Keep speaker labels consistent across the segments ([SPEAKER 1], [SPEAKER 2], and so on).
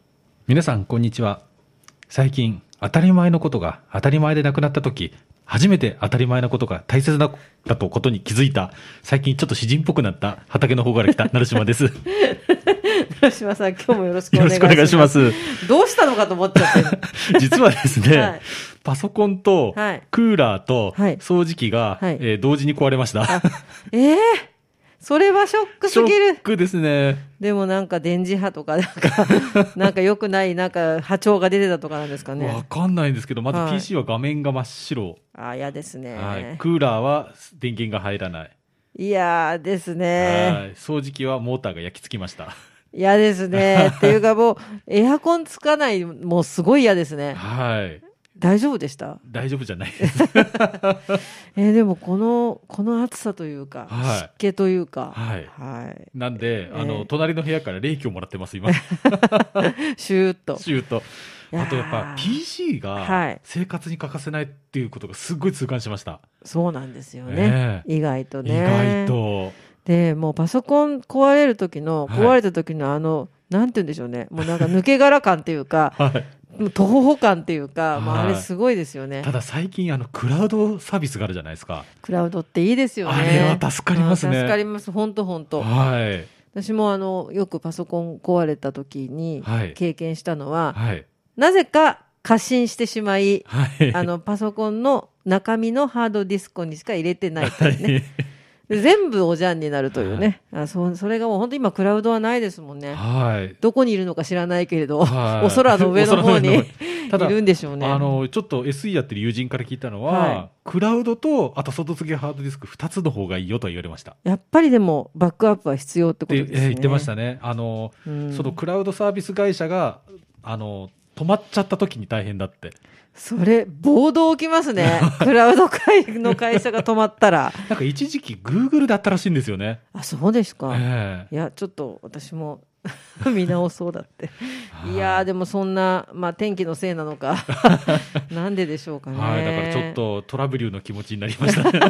[SPEAKER 1] 皆さんこんにちは最近当たり前のことが当たり前でなくなった時初めて当たり前なことが大切なだとことに気づいた最近ちょっと詩人っぽくなった畑の方から来た成島ですよ
[SPEAKER 2] 村島さん今日もよろ しくお願い
[SPEAKER 1] ろし
[SPEAKER 2] し
[SPEAKER 1] くお
[SPEAKER 2] ます
[SPEAKER 1] 願いします
[SPEAKER 2] どうしたのかと思っちゃって
[SPEAKER 1] 実はですね、
[SPEAKER 2] はい
[SPEAKER 1] パソコンと
[SPEAKER 2] はい
[SPEAKER 1] クーラーと
[SPEAKER 2] はい
[SPEAKER 1] 掃除機が、
[SPEAKER 2] はい
[SPEAKER 1] えー同時に壊れました、
[SPEAKER 2] ええそれはショック
[SPEAKER 1] シ
[SPEAKER 2] す
[SPEAKER 1] ョ
[SPEAKER 2] ぎ
[SPEAKER 1] ッ
[SPEAKER 2] る。
[SPEAKER 1] クですね
[SPEAKER 2] でもなんか電磁波とか、なん か、なんか良くない、なんか波長が出てたとかなんですか
[SPEAKER 1] わ
[SPEAKER 2] ね。
[SPEAKER 1] かんないんですけどまず
[SPEAKER 2] はい
[SPEAKER 1] PC は画面が真っ白、
[SPEAKER 2] あー嫌ですね。
[SPEAKER 1] はい、クーラーは電源が入らない、
[SPEAKER 2] い、やーです
[SPEAKER 1] は
[SPEAKER 2] ね。
[SPEAKER 1] い掃除機はモーターが焼き付きました
[SPEAKER 2] 嫌です ね。っていうかもう、エアコンつかない、もうすごい嫌ですね。
[SPEAKER 1] はい
[SPEAKER 2] 大丈夫でした
[SPEAKER 1] 大丈夫じゃないです。
[SPEAKER 2] えーでもこの、この暑さというか、
[SPEAKER 1] はい
[SPEAKER 2] 湿気というか、
[SPEAKER 1] はい
[SPEAKER 2] はい
[SPEAKER 1] なんで、
[SPEAKER 2] え
[SPEAKER 1] あの、隣の部屋から冷気をもらってます、今。
[SPEAKER 2] シューっと。
[SPEAKER 1] シュート。
[SPEAKER 2] いやー
[SPEAKER 1] あとやっぱ PC
[SPEAKER 2] は
[SPEAKER 1] が
[SPEAKER 2] い
[SPEAKER 1] 生活に欠かせないっていうことがすっごい痛感しました。
[SPEAKER 2] そうなんですよね。意外と
[SPEAKER 1] 意
[SPEAKER 2] ね。
[SPEAKER 1] 外と。
[SPEAKER 2] でもうパソコン壊れる時の
[SPEAKER 1] はい
[SPEAKER 2] 壊れた時のあの、なんて言うんでしょうねもうなんか抜け殻感っていう か
[SPEAKER 1] はい。
[SPEAKER 2] もう徒歩感っていうか、まあ、あ
[SPEAKER 1] はい
[SPEAKER 2] れすごいですよね
[SPEAKER 1] ただ最近、あの、クラウドサービスがあるじゃないですか。
[SPEAKER 2] クラウドっていいですよね
[SPEAKER 1] あれは助かりますね
[SPEAKER 2] うん助かります本当本当
[SPEAKER 1] はい。
[SPEAKER 2] 私もあのよくパソコン壊れた時に
[SPEAKER 1] はい
[SPEAKER 2] 経験したのは、
[SPEAKER 1] はい。
[SPEAKER 2] なぜか過信してしまい
[SPEAKER 1] はい。
[SPEAKER 2] あのパソコンの中身のハードディスコにしか入れてないと
[SPEAKER 1] は
[SPEAKER 2] いうね
[SPEAKER 1] い。
[SPEAKER 2] で全部おじゃんになるというね、あそうそれがもう本当今クラウドはないですもんね
[SPEAKER 1] はい。
[SPEAKER 2] どこにいるのか知らないけれど、
[SPEAKER 1] はい
[SPEAKER 2] お空の上の方に
[SPEAKER 1] お空の上の
[SPEAKER 2] い
[SPEAKER 1] 方ただ
[SPEAKER 2] るんでしょうね。
[SPEAKER 1] あの、ちょっと SE やってる友人から聞いたのは、
[SPEAKER 2] は
[SPEAKER 1] クラウドと、あと外付けハードディスク2つの方がいいよとは言われました。
[SPEAKER 2] やっぱりでもバックアップは必要ってこと
[SPEAKER 1] で
[SPEAKER 2] ですね。
[SPEAKER 1] えー言ってましたね。あの、
[SPEAKER 2] うん
[SPEAKER 1] そのクラウドサービス会社が、あの、止まっちゃった時に大変だって。
[SPEAKER 2] それ、暴動起きます ね。クラウド会の会社が止まったら。
[SPEAKER 1] なんか一時期、グーグルだったらしいんですよね。
[SPEAKER 2] あ、そうですか。
[SPEAKER 1] え
[SPEAKER 2] いや、ちょっと私も 見直そうだって。
[SPEAKER 1] え
[SPEAKER 2] いやー、でもそんな、まあ天気のせいなの か、なんででしょうかね。
[SPEAKER 1] はい、だからちょっとトラブルの気持ちになり ましたね。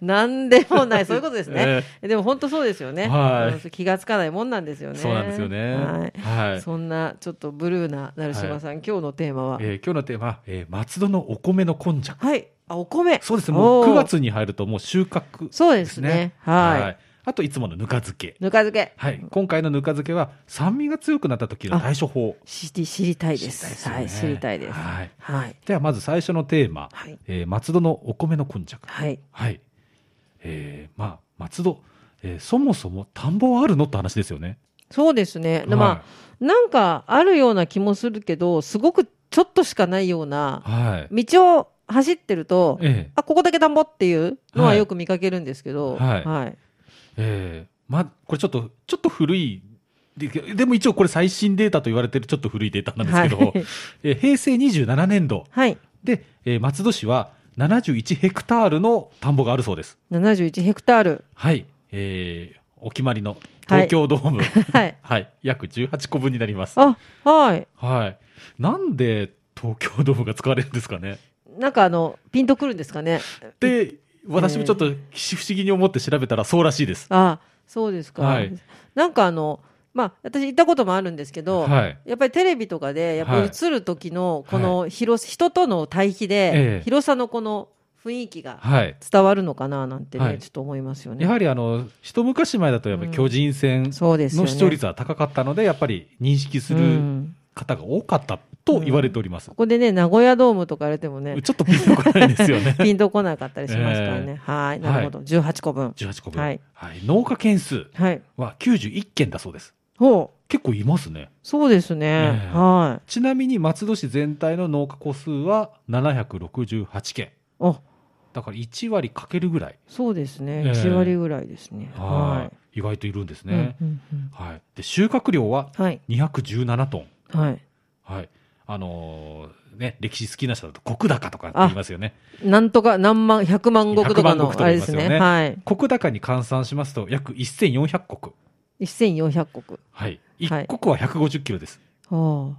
[SPEAKER 2] なんでもない、そういうことです ね。でも本当そうですよね。
[SPEAKER 1] はい
[SPEAKER 2] うん気がつかないもんなんですよね。
[SPEAKER 1] そうなんですよね。
[SPEAKER 2] はい。
[SPEAKER 1] はい。
[SPEAKER 2] そんなちょっとブルーな成島さん、今日のテーマは、
[SPEAKER 1] えー今日のテーマ、えー松戸のお米の今昔。
[SPEAKER 2] はいあお米
[SPEAKER 1] そうですね、も
[SPEAKER 2] お
[SPEAKER 1] う
[SPEAKER 2] ー
[SPEAKER 1] 9月に入るともう収穫
[SPEAKER 2] そうですねはい、
[SPEAKER 1] あといつものぬか漬け。
[SPEAKER 2] ぬか漬け
[SPEAKER 1] はい。今回のぬか漬けは、酸味が強くなった時の対処法。
[SPEAKER 2] 知り知りたいです
[SPEAKER 1] 知りた
[SPEAKER 2] はいい
[SPEAKER 1] です
[SPEAKER 2] 知
[SPEAKER 1] よね
[SPEAKER 2] りたいですは
[SPEAKER 1] はいい
[SPEAKER 2] はい、
[SPEAKER 1] ではまず最初のテーマ、
[SPEAKER 2] はい
[SPEAKER 1] えー松戸のお米のこんちゃく
[SPEAKER 2] はい、
[SPEAKER 1] はいえーまあ松戸、えーそもそも田んぼはあるのって話ですよね
[SPEAKER 2] そうですね、でま
[SPEAKER 1] あ
[SPEAKER 2] あなんかあるような気もするけどすごくちょっとしかないような
[SPEAKER 1] はい
[SPEAKER 2] 道を走ってると
[SPEAKER 1] ええ
[SPEAKER 2] あここだけ田んぼっていうのは
[SPEAKER 1] はい
[SPEAKER 2] よく見かけるんですけど
[SPEAKER 1] はいえーまこれちょっとちょっと古いででも一応これ最新データと言われてるちょっと古いデータなんですけど、
[SPEAKER 2] はい
[SPEAKER 1] えー平成27年度
[SPEAKER 2] はい
[SPEAKER 1] で、えー松戸市は71ヘクタールの田んぼがあるそうです
[SPEAKER 2] 71ヘクタール
[SPEAKER 1] はい、えーお決まりの
[SPEAKER 2] はい
[SPEAKER 1] 東京ドーム、
[SPEAKER 2] はい
[SPEAKER 1] はい、約18個分になります
[SPEAKER 2] あはい
[SPEAKER 1] はい。なんで東京ドームが使われるんですかね
[SPEAKER 2] なんかあのピンとくるんですかね
[SPEAKER 1] で、私もちょっと不思議に思って調べたらそうらしいです。
[SPEAKER 2] あそうですか、
[SPEAKER 1] はい
[SPEAKER 2] なんかあのまあ私行ったこともあるんですけど、
[SPEAKER 1] はい。
[SPEAKER 2] やっぱりテレビとかでやっぱり映る時のこの広さ、人との対比で、
[SPEAKER 1] ええ
[SPEAKER 2] 広さのこの雰囲気が
[SPEAKER 1] はい。
[SPEAKER 2] 伝わるのかななんてね、
[SPEAKER 1] はい
[SPEAKER 2] ちょっと思いますよね。
[SPEAKER 1] やはりあの、一昔前だとやっぱり巨人戦
[SPEAKER 2] そうですよ
[SPEAKER 1] の
[SPEAKER 2] ね。
[SPEAKER 1] 視聴率は高かったので、やっぱり認識す
[SPEAKER 2] う
[SPEAKER 1] る
[SPEAKER 2] ん
[SPEAKER 1] 方が多かったと言われております
[SPEAKER 2] こ。こでね名古屋ドームとか言われてもね。
[SPEAKER 1] ちょっとピンとこないですよね
[SPEAKER 2] ピンとこなかったりしますからね。はいなるほど、18個分。
[SPEAKER 1] 18個分。
[SPEAKER 2] は
[SPEAKER 1] はいい。農家件数
[SPEAKER 2] はい。
[SPEAKER 1] は91件だそうです。
[SPEAKER 2] ほう
[SPEAKER 1] 結構いますね。
[SPEAKER 2] そうですね。
[SPEAKER 1] ねえ
[SPEAKER 2] はい。
[SPEAKER 1] ちなみに松戸市全体の農家個数は768件。
[SPEAKER 2] あ
[SPEAKER 1] だから1割かけるぐらい。
[SPEAKER 2] そうですね。
[SPEAKER 1] ええ
[SPEAKER 2] 1割ぐらいですね。は
[SPEAKER 1] はい、意外といるんです
[SPEAKER 2] い。
[SPEAKER 1] ね、
[SPEAKER 2] うんうんうん
[SPEAKER 1] はい、で収穫量は
[SPEAKER 2] はい
[SPEAKER 1] 217トン
[SPEAKER 2] はい
[SPEAKER 1] はい。あのーね、歴史好きな人だと国高とかって言いますよね。
[SPEAKER 2] なんとか何万、100万石とか
[SPEAKER 1] 100万
[SPEAKER 2] の
[SPEAKER 1] 石と
[SPEAKER 2] あ
[SPEAKER 1] か
[SPEAKER 2] れ
[SPEAKER 1] 言い
[SPEAKER 2] で
[SPEAKER 1] ますすよね
[SPEAKER 2] ね。はい。
[SPEAKER 1] 国高に換算しますと約1400国。
[SPEAKER 2] 1400国。
[SPEAKER 1] はい。
[SPEAKER 2] はい
[SPEAKER 1] 1国は150キロです。
[SPEAKER 2] は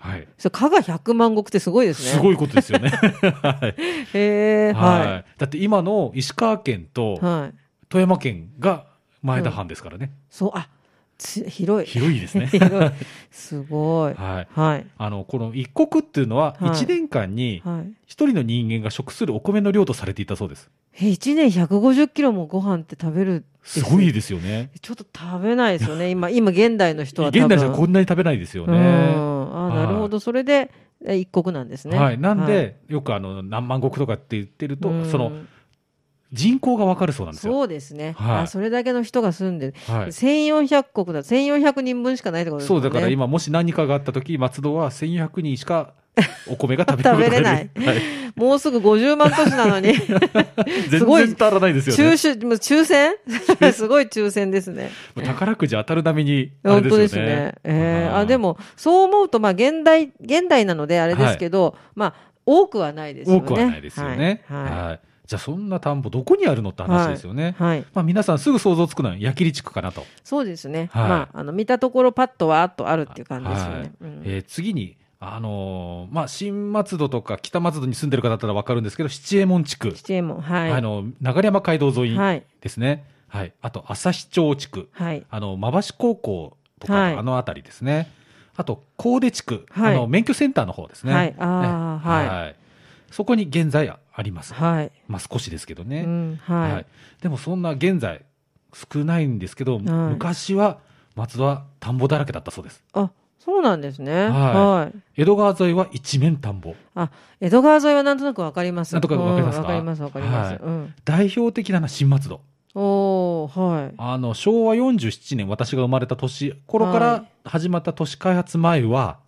[SPEAKER 2] あ。
[SPEAKER 1] はい。
[SPEAKER 2] それ、加賀100万石ってすごいですね。
[SPEAKER 1] すごいことですよ ね。はい
[SPEAKER 2] へえ、は
[SPEAKER 1] はい。だって今の石川県と
[SPEAKER 2] い。はい。
[SPEAKER 1] 富山県が前田藩ですからね。
[SPEAKER 2] そう、あ、つ広い。。
[SPEAKER 1] 広いですね
[SPEAKER 2] 広い。すごい。
[SPEAKER 1] はい。
[SPEAKER 2] はい。
[SPEAKER 1] あの、この一国っていうのは、
[SPEAKER 2] はい
[SPEAKER 1] 1年間に
[SPEAKER 2] はい。
[SPEAKER 1] 一人の人間が食するお米の量とされていたそうです。
[SPEAKER 2] え、1年150キロもご飯って食べる。
[SPEAKER 1] すごいですよね。
[SPEAKER 2] ちょっと食べないですよ ね。今、今、現代の人は多分。
[SPEAKER 1] 現代じゃこんなに食べないですよ
[SPEAKER 2] うん。
[SPEAKER 1] ね。
[SPEAKER 2] あ、
[SPEAKER 1] はい
[SPEAKER 2] なるほど。それで、え一国なんですね。
[SPEAKER 1] はい。なんで、よくあの、何万石とかって言ってる
[SPEAKER 2] はい、う
[SPEAKER 1] と、
[SPEAKER 2] ん
[SPEAKER 1] その、人口がわかるそうなんですよ。
[SPEAKER 2] そうですね。
[SPEAKER 1] はい
[SPEAKER 2] あ、それだけの人が住んでる。
[SPEAKER 1] はい。
[SPEAKER 2] 1400国だ。1400人分しかないってことです
[SPEAKER 1] そ
[SPEAKER 2] も
[SPEAKER 1] うん
[SPEAKER 2] ね。
[SPEAKER 1] だから今もし何かがあった時松戸は1400人しかお米が食べることが
[SPEAKER 2] 食べれない
[SPEAKER 1] できない、は
[SPEAKER 2] もうすぐ50万都市なのに。
[SPEAKER 1] い、
[SPEAKER 2] すごい
[SPEAKER 1] 全然足ら ないですよ
[SPEAKER 2] 抽
[SPEAKER 1] ね
[SPEAKER 2] 選、もう抽 選すごい抽選ですね。
[SPEAKER 1] 宝くじ当たるためにあれ
[SPEAKER 2] 本
[SPEAKER 1] で
[SPEAKER 2] 当
[SPEAKER 1] すよね
[SPEAKER 2] ですね。えー
[SPEAKER 1] はい
[SPEAKER 2] あ、でも、そう思うと、まあ、現代、現代なのであれですけど、まあ、多くはないですよね。
[SPEAKER 1] 多くはないですよね、
[SPEAKER 2] はい。
[SPEAKER 1] はい
[SPEAKER 2] は
[SPEAKER 1] じゃあそんな田んぼどこにあるのって話ですよね、
[SPEAKER 2] いはい
[SPEAKER 1] まあ、皆さんすぐ想像つくのは矢切地区かなと、
[SPEAKER 2] そうですね。
[SPEAKER 1] はい
[SPEAKER 2] まあ、あの、見たところ、パッとわーっとあるっていう感じですよね。
[SPEAKER 1] はい
[SPEAKER 2] うん
[SPEAKER 1] えー次にあのーまあ、新松戸とか北松戸に住んでる方だったら分かるんですけど七右衛門地区、
[SPEAKER 2] 七右衛門、はい。
[SPEAKER 1] あの流山街道沿い
[SPEAKER 2] はい。
[SPEAKER 1] ですね、はい、あと旭町地区
[SPEAKER 2] はい。
[SPEAKER 1] あの、まばし高校とか、
[SPEAKER 2] はい
[SPEAKER 1] あの辺りですね。あと、高出地区、
[SPEAKER 2] はい
[SPEAKER 1] あの、免許センターの方ですね。
[SPEAKER 2] は
[SPEAKER 1] ね
[SPEAKER 2] い。ああ、はい。
[SPEAKER 1] そこに現在あります。
[SPEAKER 2] はい。
[SPEAKER 1] まあ、少しですけど
[SPEAKER 2] う
[SPEAKER 1] ね。
[SPEAKER 2] ん、はい。
[SPEAKER 1] でも、そんな現在、少ないんですけど、昔は、松戸は田んぼだらけだったそうです。
[SPEAKER 2] あ、そうなんですね。
[SPEAKER 1] は
[SPEAKER 2] はい。
[SPEAKER 1] 江戸川沿いは一面田んぼ。
[SPEAKER 2] あ、江戸川沿いはなんとなくわかります。
[SPEAKER 1] なんとなくわかりま
[SPEAKER 2] う
[SPEAKER 1] すか
[SPEAKER 2] んわかります、わかります。
[SPEAKER 1] はい
[SPEAKER 2] うん。
[SPEAKER 1] 代表的なのは新松戸。
[SPEAKER 2] おー、はい。
[SPEAKER 1] あの、昭和47年、私が生まれた年頃か
[SPEAKER 2] は
[SPEAKER 1] ら始まった都市開発前は、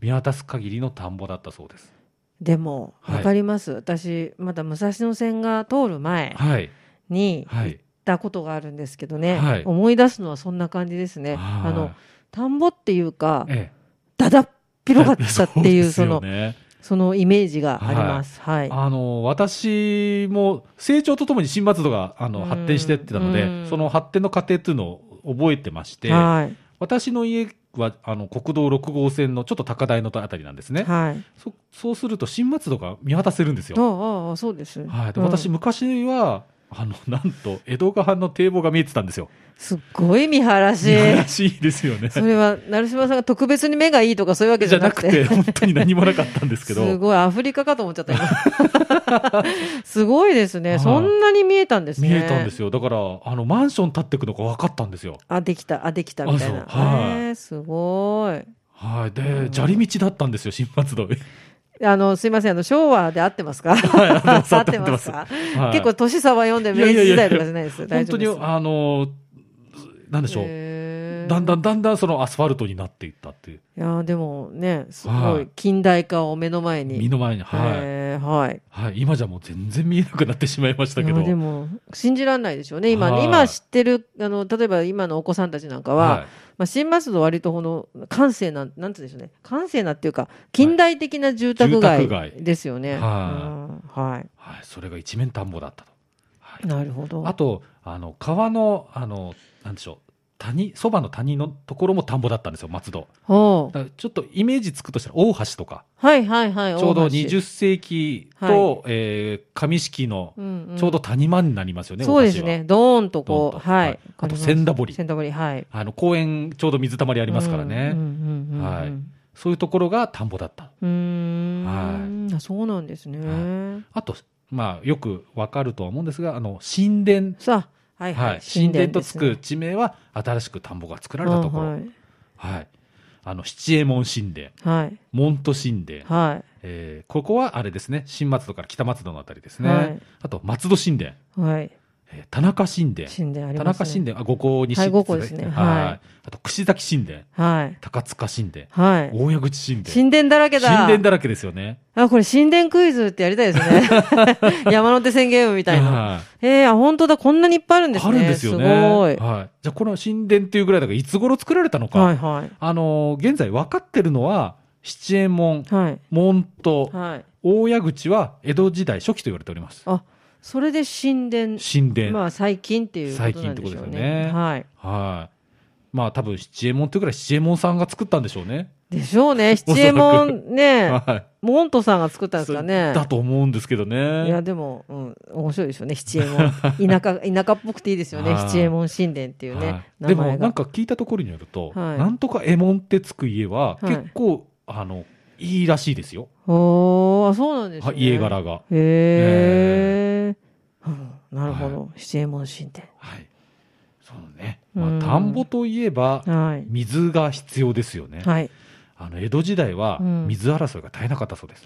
[SPEAKER 1] 見渡す限りの田んぼだったそうです。
[SPEAKER 2] でも、
[SPEAKER 1] はい
[SPEAKER 2] わかります。私、まだ武蔵野線が通る前
[SPEAKER 1] はい。
[SPEAKER 2] に
[SPEAKER 1] は
[SPEAKER 2] 行っ
[SPEAKER 1] い。
[SPEAKER 2] たことがあるんですけどね、
[SPEAKER 1] はい
[SPEAKER 2] 思い出すのはそんな感じですね。
[SPEAKER 1] はい
[SPEAKER 2] あの、、田んぼっていうか、
[SPEAKER 1] ええ、
[SPEAKER 2] だだっ広がったっていう、そ
[SPEAKER 1] そうですよ
[SPEAKER 2] の、
[SPEAKER 1] ね、
[SPEAKER 2] そのイメージがあります。はい。
[SPEAKER 1] あの、私も成長とともに新松戸があ
[SPEAKER 2] う
[SPEAKER 1] の
[SPEAKER 2] ん
[SPEAKER 1] 発展してってたの
[SPEAKER 2] うん
[SPEAKER 1] で、その発展の過程っていうのを覚えてまして、
[SPEAKER 2] はい。
[SPEAKER 1] 私の家はあの国道6号線のちょっと高台のあたりなんですね。
[SPEAKER 2] はい。
[SPEAKER 1] そそうすると新松戸が見渡せるんですよ。
[SPEAKER 2] ああ、そうです。
[SPEAKER 1] はい。で
[SPEAKER 2] うん
[SPEAKER 1] 私、昔は、あの、 なんと、江戸川の堤防が見えてたんですよ。
[SPEAKER 2] すっごい見晴らし
[SPEAKER 1] 見。晴らしいですよね。
[SPEAKER 2] それは、成島さんが特別に目がいいとかそういうわけじ
[SPEAKER 1] じ
[SPEAKER 2] ゃ
[SPEAKER 1] ゃ
[SPEAKER 2] な
[SPEAKER 1] な
[SPEAKER 2] く
[SPEAKER 1] く
[SPEAKER 2] て。
[SPEAKER 1] て、本当に何もなかったんですけ ど。
[SPEAKER 2] すごい、アフリカかと思っちゃった、今 すごいですね。
[SPEAKER 1] はい
[SPEAKER 2] そんなに見えたんですね。
[SPEAKER 1] 見えたんですよ。だから、あの、マンション建ってくのが分かったんですよ。
[SPEAKER 2] あ、できた、あ、できた、みたいな。
[SPEAKER 1] あそうはい
[SPEAKER 2] えーすごい。
[SPEAKER 1] はい。
[SPEAKER 2] う
[SPEAKER 1] で
[SPEAKER 2] ん、
[SPEAKER 1] 砂利道だったんですよ、新松戸。
[SPEAKER 2] あの、すいません、あの、昭和で合ってますか
[SPEAKER 1] い合ってます
[SPEAKER 2] 合ってます
[SPEAKER 1] 合
[SPEAKER 2] か
[SPEAKER 1] はい
[SPEAKER 2] 結構、年差は読んで、
[SPEAKER 1] いや
[SPEAKER 2] 明
[SPEAKER 1] いや
[SPEAKER 2] 治
[SPEAKER 1] いや
[SPEAKER 2] 時代とかじゃないです。大
[SPEAKER 1] 本
[SPEAKER 2] 丈
[SPEAKER 1] 当
[SPEAKER 2] 夫で
[SPEAKER 1] に
[SPEAKER 2] す、
[SPEAKER 1] あの、なんでしょう。
[SPEAKER 2] へー
[SPEAKER 1] だんだんだんだんそのアスファルトになっていったっていう。
[SPEAKER 2] いやーでもね、すご
[SPEAKER 1] はいい
[SPEAKER 2] 近代化を目の前に。
[SPEAKER 1] 身の前に。はい。
[SPEAKER 2] えーはい。
[SPEAKER 1] はい。今じゃもう全然見えなくなってしまいましたけ
[SPEAKER 2] い
[SPEAKER 1] ど。
[SPEAKER 2] やでも、信じられないでしょうね。今ね、
[SPEAKER 1] はい
[SPEAKER 2] 今知ってる、あの、例えば今のお子さんたちなんかは、
[SPEAKER 1] は
[SPEAKER 2] まあ、新松戸割とこの閑静な、なんて言うんでしょうね。閑静なっていうか、近代的な住宅
[SPEAKER 1] はい
[SPEAKER 2] 街
[SPEAKER 1] 住宅街
[SPEAKER 2] ですよね。
[SPEAKER 1] は
[SPEAKER 2] うんはい。
[SPEAKER 1] い。はい。それが一面田んぼだったと。はい
[SPEAKER 2] なるほど。
[SPEAKER 1] あと、あの、川の、あの、なんでしょう。谷、そばの谷のところも田んぼだったんですよ、松戸。
[SPEAKER 2] ほう
[SPEAKER 1] だからちょっとイメージつくとしたら、大橋とか。
[SPEAKER 2] はいはいはい。
[SPEAKER 1] ちょうど
[SPEAKER 2] 大橋
[SPEAKER 1] 20世紀と、
[SPEAKER 2] はい
[SPEAKER 1] えー上式の
[SPEAKER 2] うんん
[SPEAKER 1] ちょうど谷間になりますよね、
[SPEAKER 2] そう
[SPEAKER 1] 大橋
[SPEAKER 2] で
[SPEAKER 1] は
[SPEAKER 2] すね。ドーンとこう、
[SPEAKER 1] ドーンと
[SPEAKER 2] は
[SPEAKER 1] はいい。あと千駄堀
[SPEAKER 2] 千駄堀、はい。
[SPEAKER 1] あの公園、ちょうど水たまりあ
[SPEAKER 2] あ
[SPEAKER 1] りますからね、はいうそういうところが田んぼだった、
[SPEAKER 2] ーん。あそうなんですね。
[SPEAKER 1] あと、まあ、よくわかるとは思うんですが、あの神殿、
[SPEAKER 2] さあ、はい
[SPEAKER 1] は
[SPEAKER 2] はいい。
[SPEAKER 1] 神殿と
[SPEAKER 2] です
[SPEAKER 1] つ
[SPEAKER 2] ね
[SPEAKER 1] く地名は、新しく田んぼが作られたところ、
[SPEAKER 2] う
[SPEAKER 1] はい
[SPEAKER 2] ん
[SPEAKER 1] あの七右衛門神殿、
[SPEAKER 2] はい。
[SPEAKER 1] 門徒神殿、
[SPEAKER 2] は
[SPEAKER 1] えーここはあれですね、新松戸から北松戸のあたりです
[SPEAKER 2] い。
[SPEAKER 1] ね、
[SPEAKER 2] はい。
[SPEAKER 1] あと松戸神殿、
[SPEAKER 2] はい。
[SPEAKER 1] えー田中神殿。
[SPEAKER 2] 神殿あり
[SPEAKER 1] 田
[SPEAKER 2] ます
[SPEAKER 1] 中
[SPEAKER 2] ね。
[SPEAKER 1] 神殿、あ、五校に
[SPEAKER 2] はい五校ですね
[SPEAKER 1] はい。
[SPEAKER 2] はい
[SPEAKER 1] あと、串崎神殿、
[SPEAKER 2] はい。
[SPEAKER 1] 高塚神殿、
[SPEAKER 2] はい。
[SPEAKER 1] 大矢口神殿。
[SPEAKER 2] 神殿だらけだ。
[SPEAKER 1] 神殿だらけですよね。
[SPEAKER 2] あ、これ神殿クイズってやりたいですね。山手線ゲームみたいな。
[SPEAKER 1] は
[SPEAKER 2] えー、あ、本当だ、こんなにいっぱいあるん
[SPEAKER 1] い
[SPEAKER 2] ですね。
[SPEAKER 1] あるんですよね。
[SPEAKER 2] すごい。
[SPEAKER 1] はい。じゃあ、この神殿っていうぐらいだから、いつ頃作られたのか。
[SPEAKER 2] はいはい。
[SPEAKER 1] あのー現在分かってるのは、七右衛門、
[SPEAKER 2] はい。
[SPEAKER 1] 門徒、
[SPEAKER 2] はい。
[SPEAKER 1] 大矢口は江戸時代初期と言われております。
[SPEAKER 2] あ、それで神殿、
[SPEAKER 1] 神殿。
[SPEAKER 2] まあ最近っていうことなんでしょうね。
[SPEAKER 1] 最近ってことですよね
[SPEAKER 2] はい。
[SPEAKER 1] はい。まあ多分七右衛門ってぐらい七右衛門さんが作ったんでしょうね。
[SPEAKER 2] でしょうね。七右衛門ね、
[SPEAKER 1] は
[SPEAKER 2] モントさんが作ったんで
[SPEAKER 1] い。
[SPEAKER 2] すかね。
[SPEAKER 1] だと思うんですけど
[SPEAKER 2] いや
[SPEAKER 1] ね。
[SPEAKER 2] でも、うん、面白いですよね、七右衛門。田 舎、田舎っぽくていいですよね、
[SPEAKER 1] はい
[SPEAKER 2] 七右衛門神殿っていう
[SPEAKER 1] は
[SPEAKER 2] ね、
[SPEAKER 1] い
[SPEAKER 2] 名
[SPEAKER 1] でも
[SPEAKER 2] 前
[SPEAKER 1] なん
[SPEAKER 2] が。
[SPEAKER 1] か聞いたところによると、
[SPEAKER 2] はい
[SPEAKER 1] なんとか右衛門ってつく家は
[SPEAKER 2] はい
[SPEAKER 1] 結構、あのいいらしいですよ。
[SPEAKER 2] おー、あそうなんです
[SPEAKER 1] は
[SPEAKER 2] ね。
[SPEAKER 1] い家。柄が。
[SPEAKER 2] へー。うんなるほど、
[SPEAKER 1] は
[SPEAKER 2] 七右衛門神殿。
[SPEAKER 1] はい。そうね。
[SPEAKER 2] う
[SPEAKER 1] まあ
[SPEAKER 2] ん
[SPEAKER 1] 田んぼといえば
[SPEAKER 2] はい。
[SPEAKER 1] 水が必要ですよね。
[SPEAKER 2] はい。い
[SPEAKER 1] あの江戸時代は
[SPEAKER 2] うん
[SPEAKER 1] 水争いが絶えなかったそうです。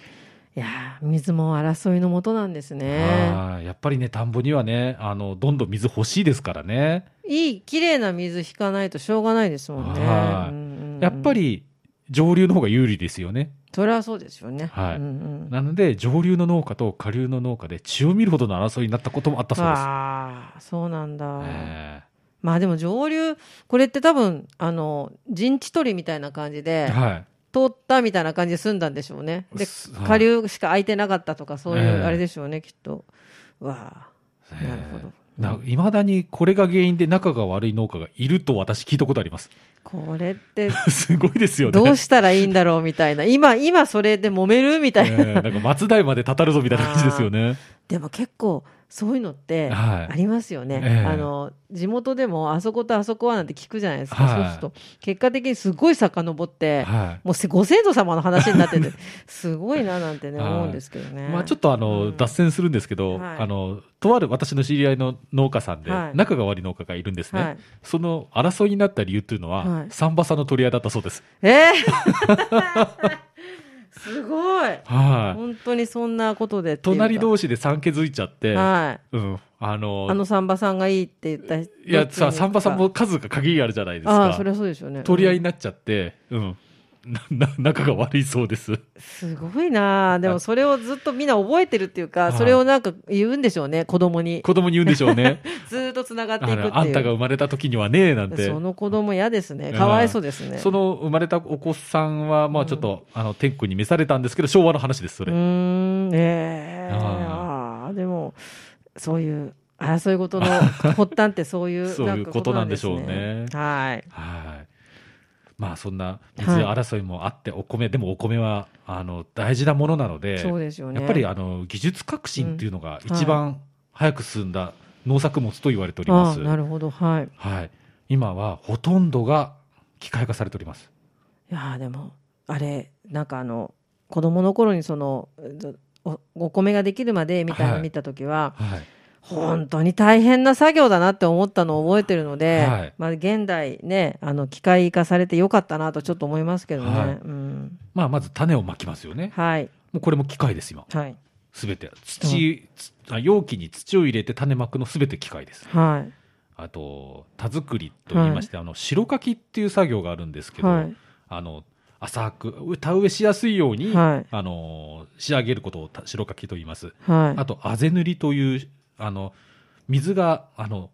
[SPEAKER 2] やー水も争いのもとなんですね。
[SPEAKER 1] はいやっぱりね田んぼにはねあのどんどん水欲しいですからね。
[SPEAKER 2] いい、綺麗な水引かないとしょうがないですもんね。
[SPEAKER 1] はい
[SPEAKER 2] うんうんうん
[SPEAKER 1] やっぱ。り上流の方が有利ですよね。
[SPEAKER 2] それはそうですよね。
[SPEAKER 1] はい
[SPEAKER 2] うんうん
[SPEAKER 1] なので上流の農家と下流の農家で血を見るほどの争いになったこともあったそうです。
[SPEAKER 2] ああ、そうなんだ。
[SPEAKER 1] え
[SPEAKER 2] まあでも上流、これって多分、あの、陣地取りみたいな感じ
[SPEAKER 1] え
[SPEAKER 2] で、
[SPEAKER 1] はい。
[SPEAKER 2] 通ったみたいな感じで済んだんでしょうね。で、
[SPEAKER 1] す
[SPEAKER 2] 下流しか空いてなかったとか、そうい
[SPEAKER 1] ええ
[SPEAKER 2] う、あれでしょうね、きっと。わあ、なるほど。
[SPEAKER 1] いまだにこれが原因で仲が悪い農家がいると私聞いたことあります。
[SPEAKER 2] これって、
[SPEAKER 1] すごいですよね。
[SPEAKER 2] どうしたらいいんだろうみたいな。今、今それで揉めるみたいな。
[SPEAKER 1] ええなんか松代までたたるぞみたいな感じですよね。
[SPEAKER 2] でも結構、そういうのって、
[SPEAKER 1] はい
[SPEAKER 2] ありますよね、
[SPEAKER 1] ええ
[SPEAKER 2] あの地元でもあそことあそこはなんて聞くじゃないですか、
[SPEAKER 1] はい
[SPEAKER 2] そうすると結果的にすごい遡って、
[SPEAKER 1] は
[SPEAKER 2] もうせご先祖様の話になってて すごいななんてね
[SPEAKER 1] はい
[SPEAKER 2] 思うんですけど
[SPEAKER 1] い。
[SPEAKER 2] ね。
[SPEAKER 1] まあちょっとあ
[SPEAKER 2] う
[SPEAKER 1] の、
[SPEAKER 2] ん
[SPEAKER 1] 脱線するんですけど、
[SPEAKER 2] はい
[SPEAKER 1] あの、とある私の知り合いの農家さんで、
[SPEAKER 2] はい
[SPEAKER 1] 仲が悪い農家がいるんですね。
[SPEAKER 2] はい、
[SPEAKER 1] その争いになった理由というのは、
[SPEAKER 2] はい
[SPEAKER 1] サンバさんの取り合いだったそうです。
[SPEAKER 2] え ーすごい
[SPEAKER 1] はい。
[SPEAKER 2] 本当にそんなことでっていうか
[SPEAKER 1] 隣同士で産気づいちゃって、
[SPEAKER 2] はい
[SPEAKER 1] うん。あの、
[SPEAKER 2] あのサンバさんがいいって言ったい
[SPEAKER 1] いや、さ、サンバさんも数が限りあるじゃないです
[SPEAKER 2] ああ
[SPEAKER 1] か
[SPEAKER 2] そ。れはそうですよね
[SPEAKER 1] 取り合いに
[SPEAKER 2] な
[SPEAKER 1] なっちゃって、うん。な、 な、仲が悪いそうです。
[SPEAKER 2] すごいなあでもそれをずっとみんな覚えてるっていうか、
[SPEAKER 1] はい
[SPEAKER 2] それをなんか言うんでしょうね子供に
[SPEAKER 1] 子供に言うんでしょう ね。
[SPEAKER 2] ずーっとつながってい
[SPEAKER 1] あ
[SPEAKER 2] くっていう
[SPEAKER 1] のあんたが生まれた時にはね、なんて。
[SPEAKER 2] その子供嫌ですね
[SPEAKER 1] うん
[SPEAKER 2] かわいそうですね、
[SPEAKER 1] その生まれたお子さんは、まあちょっと、あの、天空に召されたんですけど、昭和の話です、そうれ。
[SPEAKER 2] ーん、ええ
[SPEAKER 1] あ
[SPEAKER 2] ああ、でも、そういう、争い事の発端ってそういう、
[SPEAKER 1] そういうことなんでしょうね
[SPEAKER 2] なんかことなんですね
[SPEAKER 1] はい。まあそんな水
[SPEAKER 2] はい
[SPEAKER 1] 争いもあって、お米、でもお米は、あの、大事なものなの
[SPEAKER 2] はい。
[SPEAKER 1] で、
[SPEAKER 2] そうですよね。
[SPEAKER 1] やっぱりあの技術革新っていうのが
[SPEAKER 2] うん
[SPEAKER 1] 一番早く進んだ農作物と言われており
[SPEAKER 2] あ
[SPEAKER 1] ま
[SPEAKER 2] あ、
[SPEAKER 1] す。
[SPEAKER 2] なるほど。はい。い
[SPEAKER 1] はい、今はほとんどが機械化されております。
[SPEAKER 2] やあ、でも、あれ、なんかあの、子供の頃にその、ずおお米ができるまでみたいな
[SPEAKER 1] は
[SPEAKER 2] の
[SPEAKER 1] い
[SPEAKER 2] 見たときは、
[SPEAKER 1] はい、
[SPEAKER 2] 本当に大変な作業だなって思ったのを覚えてるので、
[SPEAKER 1] はい
[SPEAKER 2] まあ現代ね、あの機械化されてよかったなとちょっと思いますけどね。
[SPEAKER 1] はい
[SPEAKER 2] うん。
[SPEAKER 1] まあまず種をまきますよね。
[SPEAKER 2] はい。
[SPEAKER 1] もうこれも機械です今。
[SPEAKER 2] はい。
[SPEAKER 1] すべて土、つあ容器に土を入れて種まくのすべて機械です。
[SPEAKER 2] はい。
[SPEAKER 1] あと田作りと言いまして、あの白かきっていう作業があるんですけど、
[SPEAKER 2] はい
[SPEAKER 1] あの浅く田植えしやすいように、
[SPEAKER 2] はい
[SPEAKER 1] あの仕上げることをた白かきと言います。
[SPEAKER 2] はい。
[SPEAKER 1] あと、あぜ塗りという、あの、水が、あの、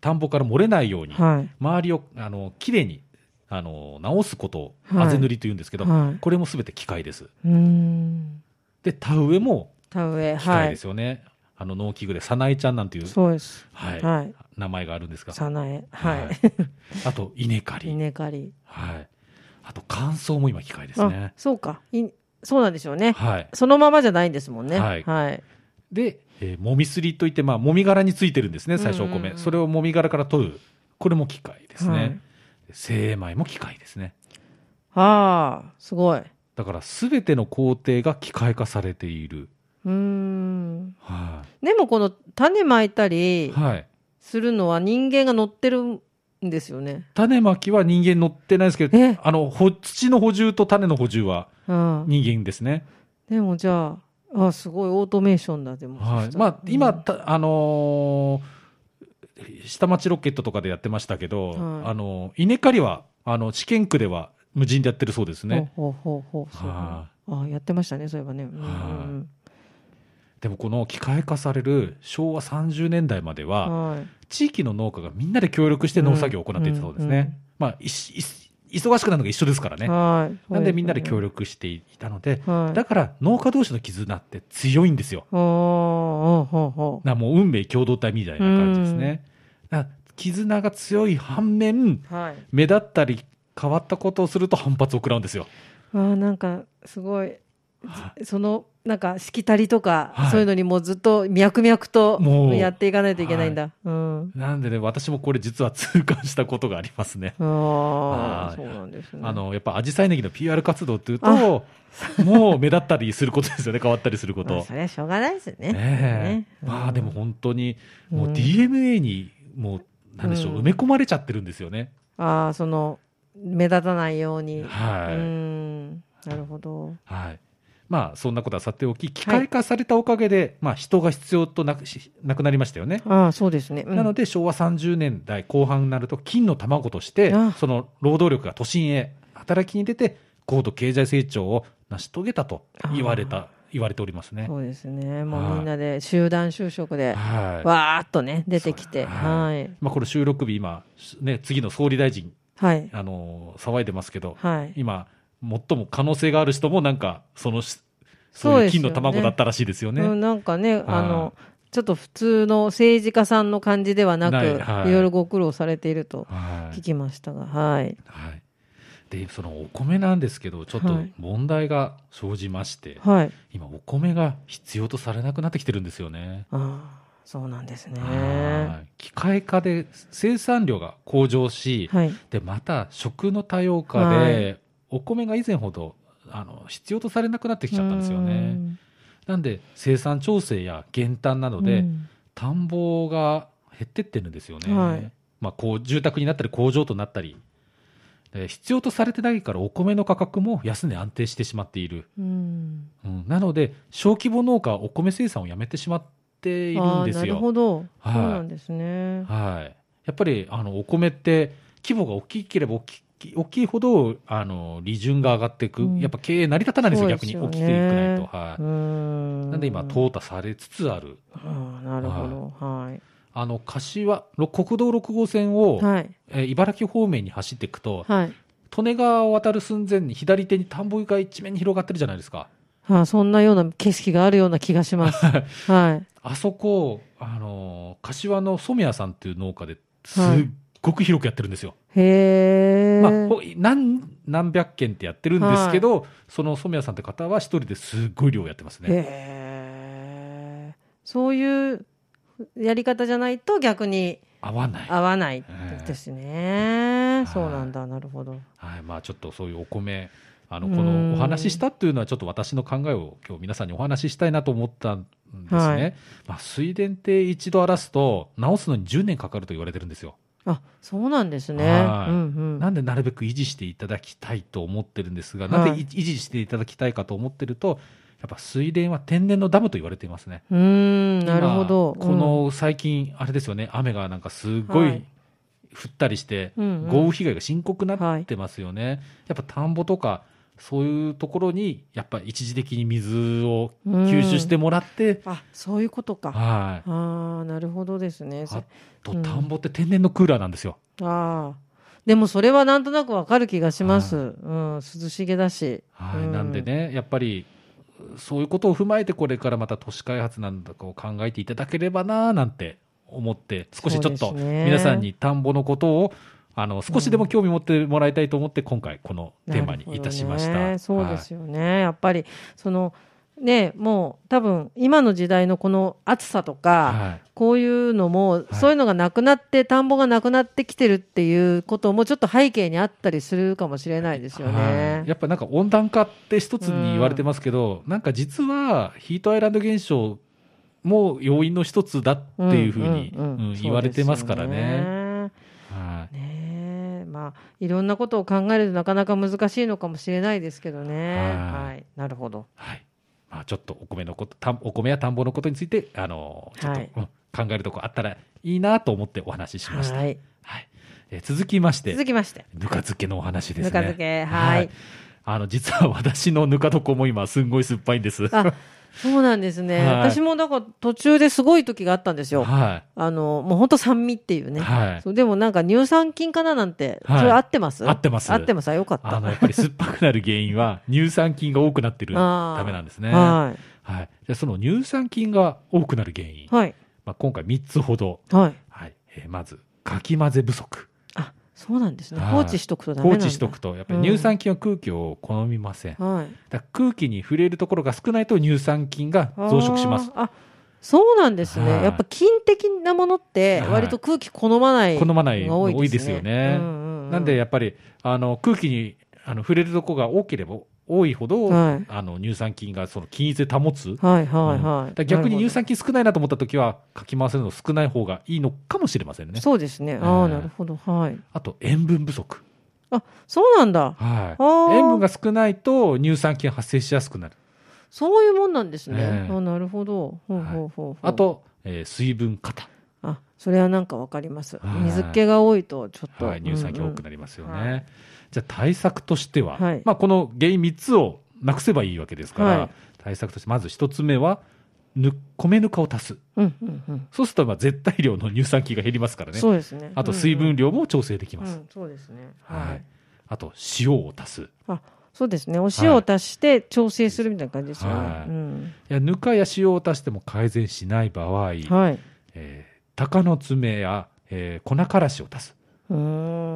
[SPEAKER 1] 田んぼから漏れないように、
[SPEAKER 2] はい。
[SPEAKER 1] 周りを、あの、きれいに、あの、直すことを、
[SPEAKER 2] はい
[SPEAKER 1] あぜ塗りというんですけど、
[SPEAKER 2] はい
[SPEAKER 1] これもすべて機械です。
[SPEAKER 2] うーん。
[SPEAKER 1] で、田植えも
[SPEAKER 2] 田植え、
[SPEAKER 1] 機械
[SPEAKER 2] は
[SPEAKER 1] で
[SPEAKER 2] い。
[SPEAKER 1] すよね。あの、農機具で、さないちゃんなんていう、
[SPEAKER 2] そうです。
[SPEAKER 1] はい、
[SPEAKER 2] はい。
[SPEAKER 1] 名前があるんですが。
[SPEAKER 2] さなえ、は
[SPEAKER 1] はい
[SPEAKER 2] い。
[SPEAKER 1] あと、稲刈り。
[SPEAKER 2] 稲刈り。
[SPEAKER 1] はい。あと、乾燥も今、機械で す
[SPEAKER 2] あ
[SPEAKER 1] ね、。
[SPEAKER 2] そうか。いそうなんですよね。
[SPEAKER 1] はい。
[SPEAKER 2] そのままじゃないんですもんね。
[SPEAKER 1] はい
[SPEAKER 2] はい。
[SPEAKER 1] で、えーもみすりといって、まあ、もみ殻についてるんですね、最初お
[SPEAKER 2] うんうん
[SPEAKER 1] 米。
[SPEAKER 2] うん
[SPEAKER 1] それをもみ殻から取る。これも機械ですね。
[SPEAKER 2] はい
[SPEAKER 1] 精米も機械ですね。
[SPEAKER 2] ああ、すごい。う
[SPEAKER 1] だから、すべての工程が機械化されている。
[SPEAKER 2] ーん。
[SPEAKER 1] は
[SPEAKER 2] でもこの種まいた
[SPEAKER 1] い。
[SPEAKER 2] り
[SPEAKER 1] はい。
[SPEAKER 2] するのは人間が乗ってるんですよね。
[SPEAKER 1] 種まきは人間乗ってないですけ
[SPEAKER 2] え
[SPEAKER 1] ど、あの、ほ土の補充と種の補充は
[SPEAKER 2] うん。
[SPEAKER 1] 人間ですね。
[SPEAKER 2] でもじゃあ、あすごいオートメーションだ、でも。そ
[SPEAKER 1] は
[SPEAKER 2] し
[SPEAKER 1] い。
[SPEAKER 2] たら
[SPEAKER 1] まあ、今、
[SPEAKER 2] うん
[SPEAKER 1] たあのー下町ロケットとかでやってましたけど、
[SPEAKER 2] はい
[SPEAKER 1] あのー稲刈りは、あの、試験区では無人でやってるそうですね。
[SPEAKER 2] ほうほうほうほうそう
[SPEAKER 1] は
[SPEAKER 2] ああ、やってましたね、そういえばね。うんうんうん
[SPEAKER 1] でもこの機械化される昭和30年代までは、
[SPEAKER 2] はい。
[SPEAKER 1] 地域の農家がみんなで協力して農作業を行っていたそうですね。
[SPEAKER 2] うんうんうん
[SPEAKER 1] まあ、一一忙しくなるのが一緒ですからね。
[SPEAKER 2] はい。
[SPEAKER 1] なんでみんなで協
[SPEAKER 2] 力。
[SPEAKER 1] 力していたので、
[SPEAKER 2] はい。
[SPEAKER 1] だから農家同士の絆って強いんですよ。
[SPEAKER 2] あーあ、ほうほう。
[SPEAKER 1] なもう運命共同体みたいな感じですね。だから絆が強い反面、
[SPEAKER 2] はい。
[SPEAKER 1] 目立ったり変わったことをすると反発を食らうん ですよ。
[SPEAKER 2] あーなんか、すごい、その、なんか、しきたりとか、
[SPEAKER 1] はい
[SPEAKER 2] そういうのにもうずっと脈々と
[SPEAKER 1] もう
[SPEAKER 2] やっていかないといけないんだ。うん。
[SPEAKER 1] なんでね、私もこれ実は痛感したことがありますね。
[SPEAKER 2] あ
[SPEAKER 1] は
[SPEAKER 2] あ、
[SPEAKER 1] い
[SPEAKER 2] そうなんですね。
[SPEAKER 1] あ、の、やっぱ、アジサイネギの PR 活動っていう
[SPEAKER 2] あ
[SPEAKER 1] と、もう目立ったりすることですよね、変わったりするこ
[SPEAKER 2] まあ、
[SPEAKER 1] と。
[SPEAKER 2] それはしょうがないですね。
[SPEAKER 1] ねえ。
[SPEAKER 2] うん
[SPEAKER 1] まあでも本当に、も
[SPEAKER 2] う
[SPEAKER 1] うん DNA に、もう、なんでしょ
[SPEAKER 2] う
[SPEAKER 1] う、
[SPEAKER 2] ん
[SPEAKER 1] 埋め込まれちゃってるんですよね。
[SPEAKER 2] ああ、その、目立たないように。う
[SPEAKER 1] はい。
[SPEAKER 2] ん。なるほど。
[SPEAKER 1] はい。まあ、そんなことはさておき、機械化されたおかげで、まあ、人が必要となくしなくなりましたよね。
[SPEAKER 2] ああ、そうですね。うん
[SPEAKER 1] なので、昭和30年代後半になると、金の卵として
[SPEAKER 2] ああ、
[SPEAKER 1] その労働力が都心へ働きに出て、高度経済成長を成し遂げたと言われた、言われておりますね。
[SPEAKER 2] そうですね。も
[SPEAKER 1] は
[SPEAKER 2] う
[SPEAKER 1] い
[SPEAKER 2] みんなで集団就職で、
[SPEAKER 1] はい。
[SPEAKER 2] わーっとね、出てきて。
[SPEAKER 1] そうは
[SPEAKER 2] はい。
[SPEAKER 1] まあ、これ収録日、今、ね、次の総理大臣、
[SPEAKER 2] はい。
[SPEAKER 1] あのー騒いでますけど、
[SPEAKER 2] はい。
[SPEAKER 1] 今、最も可能性がある人も、なんか、そのし、
[SPEAKER 2] そ
[SPEAKER 1] そうう
[SPEAKER 2] で
[SPEAKER 1] いう
[SPEAKER 2] すよね
[SPEAKER 1] 金の卵だったらしいですよね。
[SPEAKER 2] うん、なんかね、あの、ちょっと普通の政治家さんの感じではなく、
[SPEAKER 1] ない
[SPEAKER 2] い
[SPEAKER 1] はい
[SPEAKER 2] ろいろご苦労されていると
[SPEAKER 1] はい
[SPEAKER 2] 聞。きましたが、はい。
[SPEAKER 1] はい。で、そのお米なんですけど、ちょっと
[SPEAKER 2] はい
[SPEAKER 1] 問題が生じまして、
[SPEAKER 2] はい。
[SPEAKER 1] 今、お米が必要とされなくなってきてるんですよね。
[SPEAKER 2] ああ、そうなんですね。
[SPEAKER 1] はい機械化で生産量が向上し、
[SPEAKER 2] はい。
[SPEAKER 1] でまた食の多様化で、
[SPEAKER 2] はい
[SPEAKER 1] お米が以前ほどあの必要とされなくなってきちゃったんですよね。なんで生産調整や減反な
[SPEAKER 2] う
[SPEAKER 1] ど
[SPEAKER 2] ん。
[SPEAKER 1] で、
[SPEAKER 2] うん
[SPEAKER 1] 田んぼが減ってってるんですよね。
[SPEAKER 2] はい
[SPEAKER 1] まあ、こう住宅になったり工場となったりで必要とされてないからお米の価格も安値安定してしまっている、
[SPEAKER 2] うん。
[SPEAKER 1] うん、なので小規模農家はお米生産をやめてしまっているん
[SPEAKER 2] ああ、
[SPEAKER 1] です
[SPEAKER 2] なる
[SPEAKER 1] よ。
[SPEAKER 2] ほど。そ
[SPEAKER 1] は
[SPEAKER 2] う
[SPEAKER 1] い
[SPEAKER 2] なんですね。
[SPEAKER 1] はい、やっぱりあのお米って規模が大きければ大き大きいほどあの利潤が上がっていく、
[SPEAKER 2] うん
[SPEAKER 1] やっぱ経営成り立たないんですよ
[SPEAKER 2] そうですよね
[SPEAKER 1] 逆に大きくいくないと、は
[SPEAKER 2] う
[SPEAKER 1] い
[SPEAKER 2] ん。
[SPEAKER 1] なんで今淘汰されつつある
[SPEAKER 2] ああ、なるほど。はい。
[SPEAKER 1] あの柏ろ国道6号線を、
[SPEAKER 2] はい。
[SPEAKER 1] えー茨城方面に走っていくと
[SPEAKER 2] はい。
[SPEAKER 1] 利根川を渡る寸前に左手に田んぼが一面に広がってるじゃないですか
[SPEAKER 2] ああ、そんなような景色があるような気がし ます。はい。
[SPEAKER 1] あそこ、あのー柏の染谷さんっていう農家ですっ
[SPEAKER 2] はい
[SPEAKER 1] ごく広くやってるんですよ、
[SPEAKER 2] へえ。
[SPEAKER 1] まあ、ほ何何百件ってやってるんですけど、その染谷さんって方は一人ですっごい量やってますね。
[SPEAKER 2] へえそういうやり方じゃないと逆に
[SPEAKER 1] 合わない、
[SPEAKER 2] 合わない
[SPEAKER 1] ええ
[SPEAKER 2] ですね、
[SPEAKER 1] い
[SPEAKER 2] そうなんだなるほど
[SPEAKER 1] はいまあ、ちょっとそういうお米あの
[SPEAKER 2] うー
[SPEAKER 1] こ
[SPEAKER 2] ん
[SPEAKER 1] のお話ししたっていうのはちょっと私の考えを今日皆さんにお話ししたいなと思ったんですね、
[SPEAKER 2] はい
[SPEAKER 1] まあ、水田って一度荒らすと直すのに10年かかると言われてるんですよ
[SPEAKER 2] あそうなんですね、
[SPEAKER 1] はい
[SPEAKER 2] うんう
[SPEAKER 1] なんんでなるべく維持していただきたいと思ってるんですが、
[SPEAKER 2] はい
[SPEAKER 1] なんでい維持していただきたいかと思ってるとやっぱ水田は天然のダムと言われていますね
[SPEAKER 2] うーんなるほど
[SPEAKER 1] 今この最近、あれですよね、雨がなんかすご
[SPEAKER 2] はいい
[SPEAKER 1] 降ったりして、
[SPEAKER 2] うんうん
[SPEAKER 1] 豪雨被害が深刻になってますよね、やっぱ田んぼとか、そういうところに、やっぱ一時的に水を吸収して
[SPEAKER 2] も、
[SPEAKER 1] もらって、
[SPEAKER 2] うんあそういうことか、
[SPEAKER 1] はい
[SPEAKER 2] ああなるほどですね
[SPEAKER 1] あと
[SPEAKER 2] うん
[SPEAKER 1] 田んぼって天然のクーラーなんですよ。
[SPEAKER 2] ああでもそれはなんとなくわかる気がします、うん、涼しげだし、
[SPEAKER 1] はい
[SPEAKER 2] うん
[SPEAKER 1] なんでね、やっぱりそういうことを踏まえて、これからまた都市開発なんだかを考えていただければなーなんて思って、少しちょっ
[SPEAKER 2] そ
[SPEAKER 1] と
[SPEAKER 2] うですね
[SPEAKER 1] 皆さんに田んぼのことを、あの少しでも興味持ってもらいたいと思って、今回、このテーマにいたしまし
[SPEAKER 2] なるほど
[SPEAKER 1] た。
[SPEAKER 2] ね、そうですよね、やっぱりそのねもう多分今の時代のこの暑さとか、
[SPEAKER 1] はいはい
[SPEAKER 2] こういうのも、そういうのがなくなって田んぼがなくなってきてるっていうこともちょっと背景にあったりするかもしれないですよね。
[SPEAKER 1] はいやっぱなんか温暖化って一つに言われてますけど、なんか実はヒートアイランド現象も要因の一つだっていうふうに、
[SPEAKER 2] んんん
[SPEAKER 1] うん言われてますからね。
[SPEAKER 2] そうですよね
[SPEAKER 1] はい
[SPEAKER 2] ねえまあいろんなことを考えるとなかなか難しいのかもしれないですけどね。
[SPEAKER 1] はい
[SPEAKER 2] はい、なるほど。
[SPEAKER 1] はい。まあちょっとお米のこと、たお米や田んぼのことについて、あの、ちょっと、
[SPEAKER 2] はい
[SPEAKER 1] うん考えるとこあったらいいなと思ってお話ししました。はい。
[SPEAKER 2] はい、
[SPEAKER 1] えー続きまして、
[SPEAKER 2] 続きまして、
[SPEAKER 1] ぬか漬けのお話ですね。
[SPEAKER 2] ぬか漬けはい
[SPEAKER 1] あの、実は私のぬか床も今、すんごい酸っぱいんです。
[SPEAKER 2] あそうなんですね。
[SPEAKER 1] はい
[SPEAKER 2] 私もだから途中ですごい時があったんですよ。
[SPEAKER 1] は
[SPEAKER 2] あの、もう本当酸味っていう
[SPEAKER 1] い。
[SPEAKER 2] ね。
[SPEAKER 1] はい。
[SPEAKER 2] そうでもなんか乳酸菌かななんて、
[SPEAKER 1] はい
[SPEAKER 2] それ合ってます
[SPEAKER 1] 合ってます
[SPEAKER 2] 合ってます。あよかっ
[SPEAKER 1] あ
[SPEAKER 2] た。
[SPEAKER 1] の、やっぱり酸っぱくなる原因は乳酸菌が多くなってる
[SPEAKER 2] あー
[SPEAKER 1] ためなんですね。は。
[SPEAKER 2] はい
[SPEAKER 1] じゃあその乳酸菌が多くなる原因
[SPEAKER 2] い。。はい。
[SPEAKER 1] まあ、今回3つほど。
[SPEAKER 2] はい。
[SPEAKER 1] はい。えーまず、かき混ぜ不足。
[SPEAKER 2] あ、そうなんですね。
[SPEAKER 1] はい
[SPEAKER 2] 放置しとくとダメ
[SPEAKER 1] 放
[SPEAKER 2] なんだ。
[SPEAKER 1] 置しとくと、やっぱり乳酸菌は空気を好みません。
[SPEAKER 2] はい。
[SPEAKER 1] だから空気に触れるところが少ないと乳酸菌が増殖します。
[SPEAKER 2] あー。あ、そうなんですね。
[SPEAKER 1] はい
[SPEAKER 2] やっぱ菌的なものって、
[SPEAKER 1] はい
[SPEAKER 2] 割と空気好まない。
[SPEAKER 1] 好まない
[SPEAKER 2] が
[SPEAKER 1] の多いですよね。
[SPEAKER 2] うんうんう
[SPEAKER 1] なんで、やっぱりあの空気にあの触れるところが多ければ多いほど、
[SPEAKER 2] はい
[SPEAKER 1] あの乳酸菌がその均一で保つ。
[SPEAKER 2] はいはいは
[SPEAKER 1] うんだ
[SPEAKER 2] い。
[SPEAKER 1] から逆に乳
[SPEAKER 2] なる
[SPEAKER 1] 酸菌少ないなと思ったときは、かき回せるの少ない方がいいのかもしれません
[SPEAKER 2] ほ
[SPEAKER 1] ね
[SPEAKER 2] ど。そうですね。あ
[SPEAKER 1] は
[SPEAKER 2] あ、
[SPEAKER 1] い
[SPEAKER 2] なるほど。はい。
[SPEAKER 1] あと塩分不足。
[SPEAKER 2] あ、そうなんだ。
[SPEAKER 1] はい。
[SPEAKER 2] あー
[SPEAKER 1] 塩分が少ないと乳酸菌発生しやすくなる。
[SPEAKER 2] そういうもんなんですね。
[SPEAKER 1] ええ
[SPEAKER 2] あなるほど。ほうほうほうほう
[SPEAKER 1] あ、と、えー水分過多。
[SPEAKER 2] あ、それはなんかわかります
[SPEAKER 1] はい。
[SPEAKER 2] 水気が多いと、ちょっと。
[SPEAKER 1] はい、乳酸菌多く
[SPEAKER 2] な
[SPEAKER 1] なりますよ
[SPEAKER 2] うんうんは
[SPEAKER 1] ね。じゃあ対策としては、
[SPEAKER 2] はい
[SPEAKER 1] まあこの原因3つをなくせばいいわけですから、
[SPEAKER 2] はい
[SPEAKER 1] 対策としてまず1つ目は、ぬ米ぬかを足す。
[SPEAKER 2] うんうんうん
[SPEAKER 1] そうするとまあ絶対量の乳酸菌が減りますからね。
[SPEAKER 2] そうですね。
[SPEAKER 1] あと水分量も調整でき
[SPEAKER 2] うん
[SPEAKER 1] ま
[SPEAKER 2] うん
[SPEAKER 1] す。
[SPEAKER 2] うんそうですね。
[SPEAKER 1] は
[SPEAKER 2] はいい。。
[SPEAKER 1] あと塩を足す。い
[SPEAKER 2] あ、そうですね。お塩を足して調整するみたいな感じですよ
[SPEAKER 1] は
[SPEAKER 2] ね
[SPEAKER 1] い
[SPEAKER 2] うん。
[SPEAKER 1] やぬかや塩を足しても改善しない場合、
[SPEAKER 2] はい。
[SPEAKER 1] えー鷹の爪や、えー粉からしを足す。
[SPEAKER 2] うー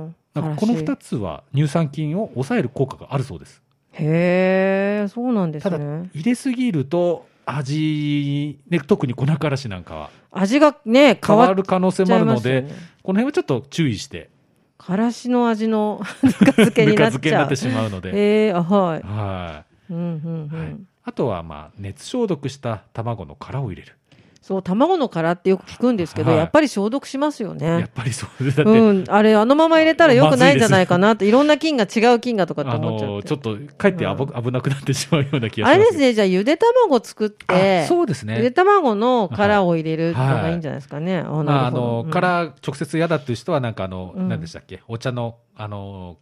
[SPEAKER 2] ん。
[SPEAKER 1] なんかこの
[SPEAKER 2] 嵐
[SPEAKER 1] 2つは乳酸菌を抑える効果があるそうです。
[SPEAKER 2] へえ、そうなんです
[SPEAKER 1] ただ
[SPEAKER 2] ね。
[SPEAKER 1] 入れすぎると味、ね、特に粉からしなんかは
[SPEAKER 2] 味がね、
[SPEAKER 1] 変
[SPEAKER 2] 変
[SPEAKER 1] わ
[SPEAKER 2] わっ
[SPEAKER 1] る可能性
[SPEAKER 2] ち
[SPEAKER 1] も
[SPEAKER 2] ゃい
[SPEAKER 1] ある
[SPEAKER 2] ま
[SPEAKER 1] の
[SPEAKER 2] すよ
[SPEAKER 1] で、
[SPEAKER 2] ね。
[SPEAKER 1] この辺はちょっと注意して
[SPEAKER 2] からしの味の ぬか漬け
[SPEAKER 1] ぬ
[SPEAKER 2] に
[SPEAKER 1] か
[SPEAKER 2] なっ
[SPEAKER 1] 漬け
[SPEAKER 2] ち
[SPEAKER 1] にな
[SPEAKER 2] ゃ
[SPEAKER 1] っ
[SPEAKER 2] う
[SPEAKER 1] て。しまうので、
[SPEAKER 2] へえ、あ、はい。
[SPEAKER 1] はい
[SPEAKER 2] うんうんう
[SPEAKER 1] はい
[SPEAKER 2] ん。
[SPEAKER 1] あとはまあ熱消毒した卵の殻を入れる
[SPEAKER 2] そう、卵の殻ってよく聞くんですけど、
[SPEAKER 1] はい
[SPEAKER 2] やっぱり消毒しますよ
[SPEAKER 1] やっ
[SPEAKER 2] ね。
[SPEAKER 1] ぱりそうですだって、
[SPEAKER 2] うん、あれ、あのまま入れたらよくないんじゃないかなって、いろんな菌が違う菌がとかって
[SPEAKER 1] あ
[SPEAKER 2] 思っちゃ
[SPEAKER 1] の
[SPEAKER 2] って。
[SPEAKER 1] ちょっとかえって危,、危なくなってしまうような気が
[SPEAKER 2] あれ
[SPEAKER 1] しま
[SPEAKER 2] ですすね、じゃあ、ゆで卵作って
[SPEAKER 1] あ、そうです
[SPEAKER 2] ゆで
[SPEAKER 1] ね
[SPEAKER 2] 卵の殻を入れるのがいいんじゃないですかね。あ
[SPEAKER 1] まあ
[SPEAKER 2] な
[SPEAKER 1] あ
[SPEAKER 2] るほど
[SPEAKER 1] の、殻直接嫌だっていう人はなんかあの、
[SPEAKER 2] うん
[SPEAKER 1] 何でしたっけお茶のあの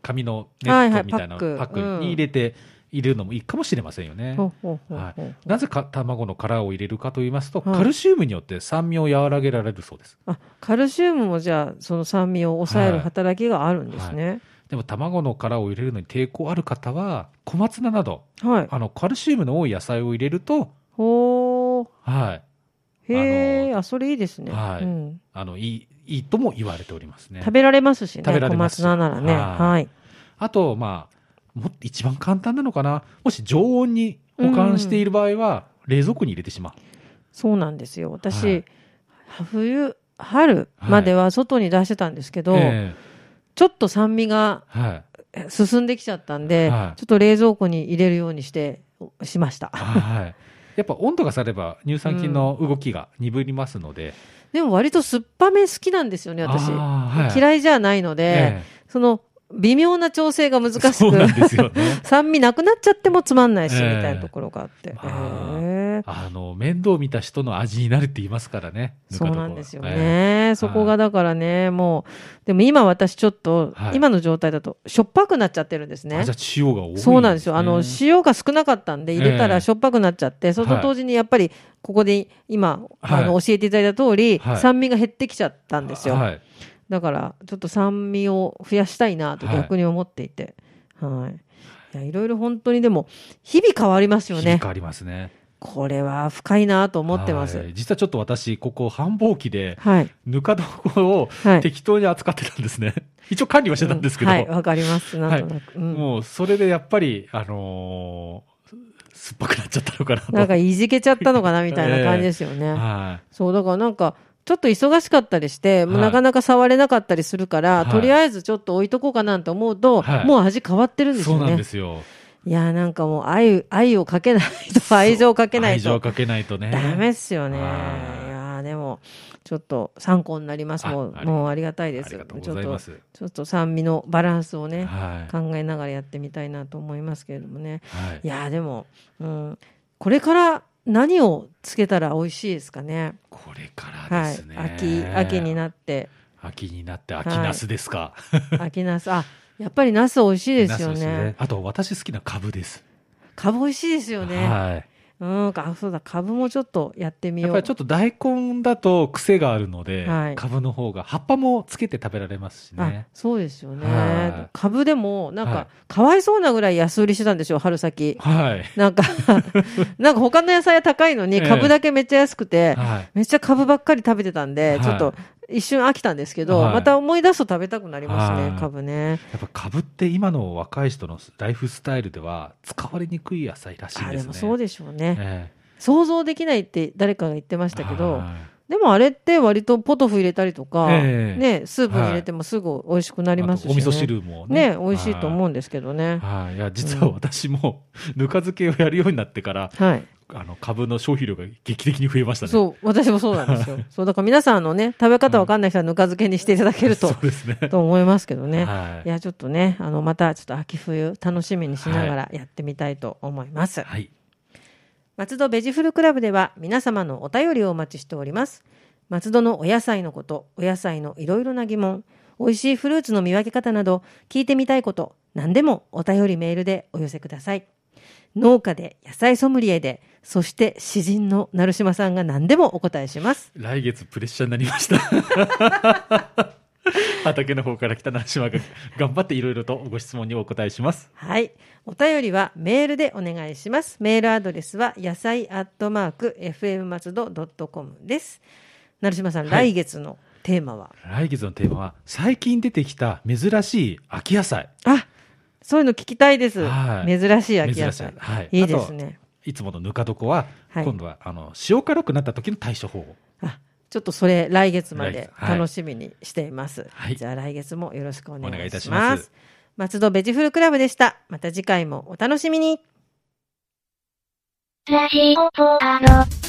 [SPEAKER 1] 紙のネ
[SPEAKER 2] はいはい
[SPEAKER 1] ットみたいな
[SPEAKER 2] パック
[SPEAKER 1] パックに入れて入れるのもいいかもしれませんよね、
[SPEAKER 2] うんほうほうほうほう
[SPEAKER 1] はなぜか卵の殻を入れるかと言いますと、
[SPEAKER 2] はい
[SPEAKER 1] カルシウムによって酸味を和らげられるそうです。
[SPEAKER 2] あ、カルシウムもじゃあ、その酸味を抑える働きがあるんですね。
[SPEAKER 1] でも卵の殻を入れるのに抵抗ある方は、小松菜など、
[SPEAKER 2] はい。
[SPEAKER 1] あの、カルシウムの多い野菜を入れると、
[SPEAKER 2] ほー。
[SPEAKER 1] はい、
[SPEAKER 2] へ
[SPEAKER 1] あ
[SPEAKER 2] え、あ、それいいですね。
[SPEAKER 1] はい
[SPEAKER 2] うん
[SPEAKER 1] あの、いい、いいとも言われておりますね
[SPEAKER 2] 食。べられますしね、
[SPEAKER 1] 食べられ
[SPEAKER 2] 小
[SPEAKER 1] ます
[SPEAKER 2] 松菜ならね。
[SPEAKER 1] は
[SPEAKER 2] はい。
[SPEAKER 1] あと、まあ、も一番簡単なのかな。もし常温に保管している場合は、冷蔵庫に入れてしまう。
[SPEAKER 2] そうなんですよ。
[SPEAKER 1] は
[SPEAKER 2] 私
[SPEAKER 1] い、
[SPEAKER 2] 冬、春までは外に出してたんですけど、
[SPEAKER 1] え
[SPEAKER 2] ちょっと酸味が
[SPEAKER 1] えはい。
[SPEAKER 2] え進んできちゃったんで、
[SPEAKER 1] はい
[SPEAKER 2] ちょっと冷蔵庫に入れるようにして、しました。
[SPEAKER 1] はい。 やっぱ温度が下がれば乳酸菌の動きが鈍りますので、
[SPEAKER 2] でも割と酸っぱめ好きなんですよね、私。
[SPEAKER 1] あーはい
[SPEAKER 2] 嫌いじゃないので、
[SPEAKER 1] え
[SPEAKER 2] その微妙な調整が難
[SPEAKER 1] え
[SPEAKER 2] しく、
[SPEAKER 1] そうなんですよね。
[SPEAKER 2] 酸味なくなっちゃってもつまんないし、
[SPEAKER 1] ええ
[SPEAKER 2] みたいなところがあって。
[SPEAKER 1] まあ
[SPEAKER 2] へえ
[SPEAKER 1] あの、面倒見た人の味になるって言いますからね。ぬか
[SPEAKER 2] そ
[SPEAKER 1] 床
[SPEAKER 2] う
[SPEAKER 1] は
[SPEAKER 2] なんですよね。
[SPEAKER 1] え
[SPEAKER 2] そこがだからね、もう、でも今私ちょっと、
[SPEAKER 1] はい
[SPEAKER 2] 今の状態だとしょっぱくなっちゃってるんです
[SPEAKER 1] え
[SPEAKER 2] ね
[SPEAKER 1] あじゃ。あ塩が多い、
[SPEAKER 2] そうなんですよ。あの、塩が少なかったんで、入れた
[SPEAKER 1] ええ
[SPEAKER 2] らしょっぱくなっちゃって、その同時にやっぱり、ここで今、
[SPEAKER 1] はい
[SPEAKER 2] あの、教えていただいた通り、
[SPEAKER 1] はい
[SPEAKER 2] 酸味が減ってきちゃったんですよ。
[SPEAKER 1] はい。
[SPEAKER 2] だから、ちょっと酸味を増やしたいなと
[SPEAKER 1] はい
[SPEAKER 2] 逆に思っていて。はい。いや、いろいろ本当にでも、日々変わりますよ
[SPEAKER 1] 響
[SPEAKER 2] ね
[SPEAKER 1] き。ありますね。
[SPEAKER 2] これは深いなと思ってます。
[SPEAKER 1] は
[SPEAKER 2] はい
[SPEAKER 1] い。実はちょっと私、ここ繁忙期で、
[SPEAKER 2] はい。
[SPEAKER 1] ぬか床を適当に扱ってたんですね。 一応管理はしてたんですけど、
[SPEAKER 2] はい、わかります。なんとなく。うん
[SPEAKER 1] もうそれでやっぱり、あのー酸っぱくなっちゃったのかなと。
[SPEAKER 2] なんかいじけちゃったのかなみたいな感じですよね。
[SPEAKER 1] は
[SPEAKER 2] そう、だからなんか、ちょっと忙しかったりして、もう
[SPEAKER 1] はい
[SPEAKER 2] なかなか触れなかったりするから、
[SPEAKER 1] はい
[SPEAKER 2] とりあえずちょっと置いとこうかなんて思うと、
[SPEAKER 1] はい
[SPEAKER 2] もう味変わってるん
[SPEAKER 1] い。
[SPEAKER 2] です
[SPEAKER 1] そ
[SPEAKER 2] よ
[SPEAKER 1] うなんで
[SPEAKER 2] ね。
[SPEAKER 1] すよ。
[SPEAKER 2] いや、なんかもう愛、愛をかけないと、愛情をかけない
[SPEAKER 1] 愛情を
[SPEAKER 2] と。
[SPEAKER 1] かけないとね。
[SPEAKER 2] ダメっすよね。い
[SPEAKER 1] はい
[SPEAKER 2] や、でも、ちょっと参考になります。
[SPEAKER 1] あ
[SPEAKER 2] もう、
[SPEAKER 1] あり
[SPEAKER 2] もうありがたいで
[SPEAKER 1] あ
[SPEAKER 2] す。
[SPEAKER 1] りがとう
[SPEAKER 2] ち
[SPEAKER 1] ご
[SPEAKER 2] ょ
[SPEAKER 1] ざ
[SPEAKER 2] っ
[SPEAKER 1] い
[SPEAKER 2] と
[SPEAKER 1] ま、す。
[SPEAKER 2] ちょっと酸味のバランスをね、
[SPEAKER 1] はい。
[SPEAKER 2] 考えながらやってみたいなと思いますけれどもね。
[SPEAKER 1] はい
[SPEAKER 2] いや、でも、うん、これから何をつけたら美味しいですかね。
[SPEAKER 1] これから
[SPEAKER 2] は
[SPEAKER 1] で
[SPEAKER 2] い
[SPEAKER 1] すね。、
[SPEAKER 2] 秋秋になって、
[SPEAKER 1] 秋になって秋ナスですか。
[SPEAKER 2] 秋ナス、あやっぱりナス美味しいですよ
[SPEAKER 1] ナス
[SPEAKER 2] ね。
[SPEAKER 1] あと私好きな株です。
[SPEAKER 2] カブ美味しいですよね。
[SPEAKER 1] はい。
[SPEAKER 2] うんかあそうだ株もちょっとやってみ
[SPEAKER 1] や
[SPEAKER 2] よ
[SPEAKER 1] っ
[SPEAKER 2] う
[SPEAKER 1] ぱりちょっと大根だと癖があるので、
[SPEAKER 2] はい
[SPEAKER 1] 株の方が葉っぱもつけて食べられますしね
[SPEAKER 2] あそうですよ
[SPEAKER 1] は
[SPEAKER 2] ね
[SPEAKER 1] い
[SPEAKER 2] 株でもなんか、
[SPEAKER 1] はい
[SPEAKER 2] かわいそうなぐらい安売りしてたんですよ春先
[SPEAKER 1] はい
[SPEAKER 2] なん かなんか他の野菜は高いのに
[SPEAKER 1] ええ
[SPEAKER 2] 株だけめっちゃ安くて、
[SPEAKER 1] はい
[SPEAKER 2] めっちゃ株ばっかり食べてたんで、
[SPEAKER 1] はい
[SPEAKER 2] ちょっと一瞬飽きたんですけど、
[SPEAKER 1] はい
[SPEAKER 2] また思い出すと食べたくなりますね、
[SPEAKER 1] はい
[SPEAKER 2] 株ね。
[SPEAKER 1] やっぱ株って今の若い人のライフスタイルでは使われにくい野菜らしい
[SPEAKER 2] あ
[SPEAKER 1] で
[SPEAKER 2] です
[SPEAKER 1] ね
[SPEAKER 2] もそうでしょうね、
[SPEAKER 1] え
[SPEAKER 2] 想像できないって誰かが言ってま
[SPEAKER 1] え
[SPEAKER 2] したけど
[SPEAKER 1] はい
[SPEAKER 2] でもあれって割とポトフ入れたりとか、
[SPEAKER 1] ええ
[SPEAKER 2] ね、スープに入れてもすぐ美味しくなりますし、ね
[SPEAKER 1] あとお味噌汁も
[SPEAKER 2] ね
[SPEAKER 1] ね
[SPEAKER 2] 美味しいと思うんですけどね。
[SPEAKER 1] はい、いや実は私も、 ぬか漬けをやるようになってから
[SPEAKER 2] はい、
[SPEAKER 1] あの株の消費量が劇的に増えましたね。
[SPEAKER 2] そう私もそうなん ですよそうだから皆さんあのね食べ方わかんない人はぬか漬けにしていただけると、
[SPEAKER 1] そうですね。
[SPEAKER 2] と思いますけどね、
[SPEAKER 1] はい
[SPEAKER 2] いやちょっとねあのまたちょっと秋冬楽しみにしながらやってみたいと思います、
[SPEAKER 1] はい。
[SPEAKER 2] 松戸ベジフルクラブでは皆様のお便りをお待ちしております松戸のお野菜のことお野菜のいろいろな疑問美味しいフルーツの見分け方など聞いてみたいこと何でもお便りメールでお寄せください農家で野菜ソムリエでそして詩人の成島さんが何でもお答えします
[SPEAKER 1] 来月プレッシャーになりました。 畑の方から来た南島が頑張っていろいろとご質問にお答えします。
[SPEAKER 2] はい。お便りはメールでお願いします。メールアドレスは、野菜アットマーク、fm 松戸ドットコムです。成島さん、
[SPEAKER 1] は
[SPEAKER 2] 来
[SPEAKER 1] い
[SPEAKER 2] 月のテーマは
[SPEAKER 1] 来月のテーマは最近出てきた珍しい秋野菜。
[SPEAKER 2] あそういうの聞きたいです。
[SPEAKER 1] はい
[SPEAKER 2] 珍しい秋野菜
[SPEAKER 1] 珍しい。はい
[SPEAKER 2] いですね。
[SPEAKER 1] いつものぬか床は、
[SPEAKER 2] はい
[SPEAKER 1] 今度はあの塩辛くなった時の対処法を。
[SPEAKER 2] あちょっとそれ、来月ま
[SPEAKER 1] 来
[SPEAKER 2] で
[SPEAKER 1] 月はい
[SPEAKER 2] 楽しみにしています。
[SPEAKER 1] はい
[SPEAKER 2] じゃあ来月もよろしくお願いします。
[SPEAKER 1] お願いいたします
[SPEAKER 2] 松戸ベジフルクラブでした。また次回もお楽しみに。
[SPEAKER 3] ラジオポアド。